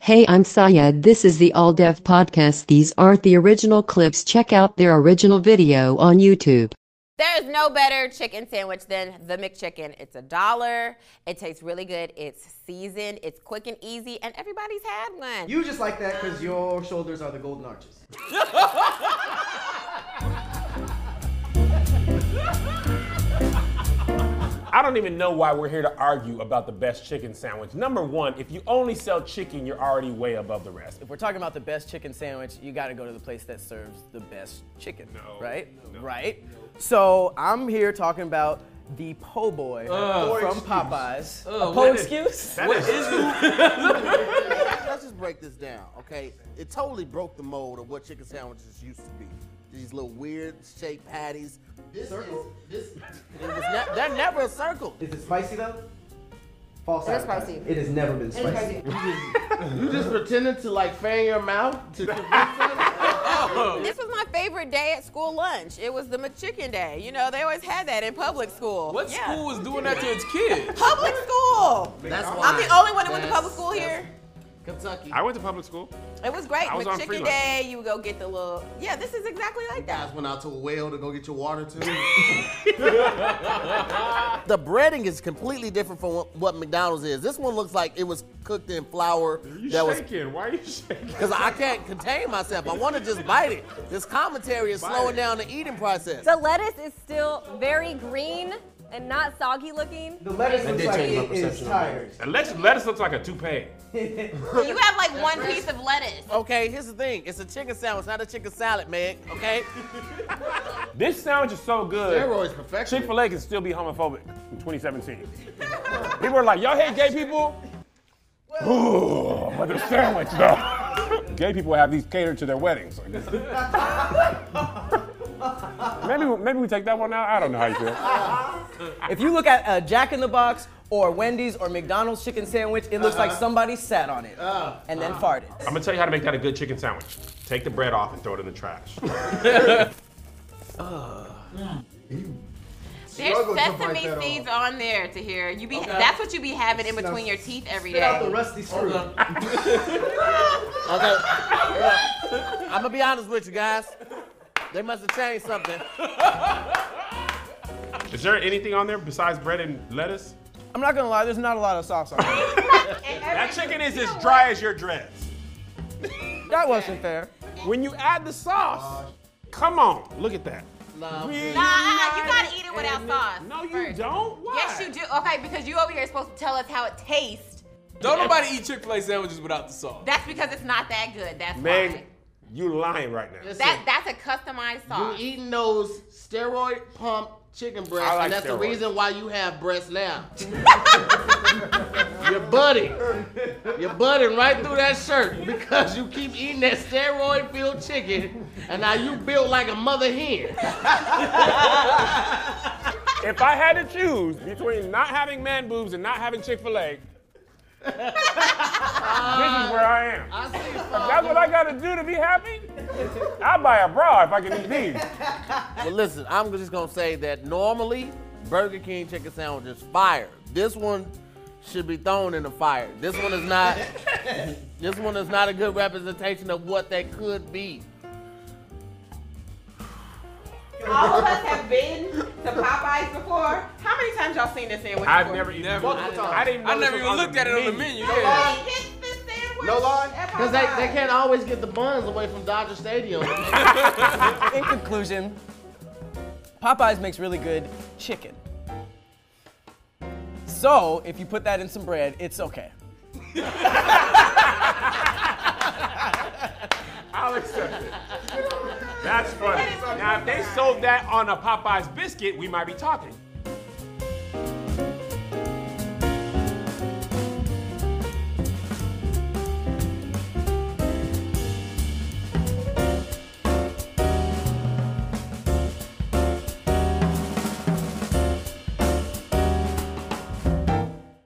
Hey, I'm Syed. This is the All Dev Podcast. These aren't the original clips. Check out their original video on YouTube. There's no better chicken sandwich than the McChicken. It's a dollar. It tastes really good. It's seasoned. It's quick and easy, and everybody's had one. You just like that because your shoulders are the golden arches. I don't even know why we're here to argue about the best chicken sandwich. Number one, if you only sell chicken, you're already way above the rest. If we're talking about the best chicken sandwich, you gotta go to the place that serves the best chicken. right? Right? So I'm here talking about the po' boy from Popeyes. a po' excuse? Let's just break this down, okay? It totally broke the mold of what chicken sandwiches used to be. These little weird shaped patties. This Circle? is this. It was ne- they're never a circle. Is it spicy though? False It is advertising. spicy. It has never been spicy. You just pretending to like fan your mouth to convince us. This was my favorite day at school lunch. It was the McChicken day. You know, they always had that in public school. What Yeah. school was doing that to its kids? Public school. That's why. I'm the only one that went to That's- public school that's here. Kentucky. I went to public school. It was great. I was on McChicken Fremont. day, you would go get the little. Yeah, this is exactly like that. guys went out to a well to go get your water too. the breading is completely different from what, what McDonald's is. This one looks like it was cooked in flour You that was shaking? Why are you shaking? Because I can't contain myself. I want to just bite it. This commentary is slowing down the eating process. The lettuce is still very green and not soggy looking. The lettuce looks did like change my it is perception on that. tired. Lettuce, lettuce looks like a toupee. You have like one piece of lettuce. Okay, here's the thing. It's a chicken sandwich, not a chicken salad, man. Okay? This sandwich is so good. Steroids perfection. Chick fil A can still be homophobic in 2017. people are like, y'all hate gay people? Ooh, but the sandwich though. gay people have these catered to their weddings. maybe, maybe we take that one out. I don't know how you feel. If you look at a Jack in the Box or Wendy's or McDonald's chicken sandwich, it looks like somebody sat on it and then farted. I'm gonna tell you how to make that a good chicken sandwich. Take the bread off and throw it in the trash. There's Struggle to bite sesame that off. seeds on there to hear. You be that's what you be having in between your teeth every Get out the day. rusty screw. Okay. I'm going to be honest with you guys. They must have changed something. Is there anything on there besides bread and lettuce? I'm not gonna lie, there's not a lot of sauce on it. That chicken is as dry as your dress. That wasn't fair. When you add the sauce, come on, look at that. We- Nah, uh-uh, you gotta eat it without sauce. No, you do first. don't. Why? Yes, you do. Okay, because you over here is supposed to tell us how it tastes. Don't nobody eat Chick-fil-A sandwiches without the sauce. That's because it's not that good. That's Meg, why. you lying right now. That that's a customized You sauce. eating those steroid pump chicken breasts, I like and that's steroids. the reason why you have breasts now. You're budding. You're budding right through that shirt because you keep eating that steroid filled chicken, and now you built like a mother hen. If I had to choose between not having man boobs and not having Chick-fil-A, this is where I am. I see That's what I gotta do to be happy? I'll buy a bra if I can eat these. Well, listen, I'm just gonna say that normally Burger King chicken sandwiches fire. This one should be thrown in the fire. This one is not. this one is not a good representation of what they could be. All of us have been to Popeyes before. How many times y'all seen this sandwich? I've never eaten Never. multiple times. I, didn't I know never this even was looked at it on the menu. Yeah. Nobody gets this sandwich. No lie? at Because they, they Popeyes. can't always get the buns away from Dodger Stadium. In conclusion, Popeyes makes really good chicken. So if you put that in some bread, it's okay. I'll accept it. That's funny. Now, if they sold that on a Popeyes biscuit, we might be talking.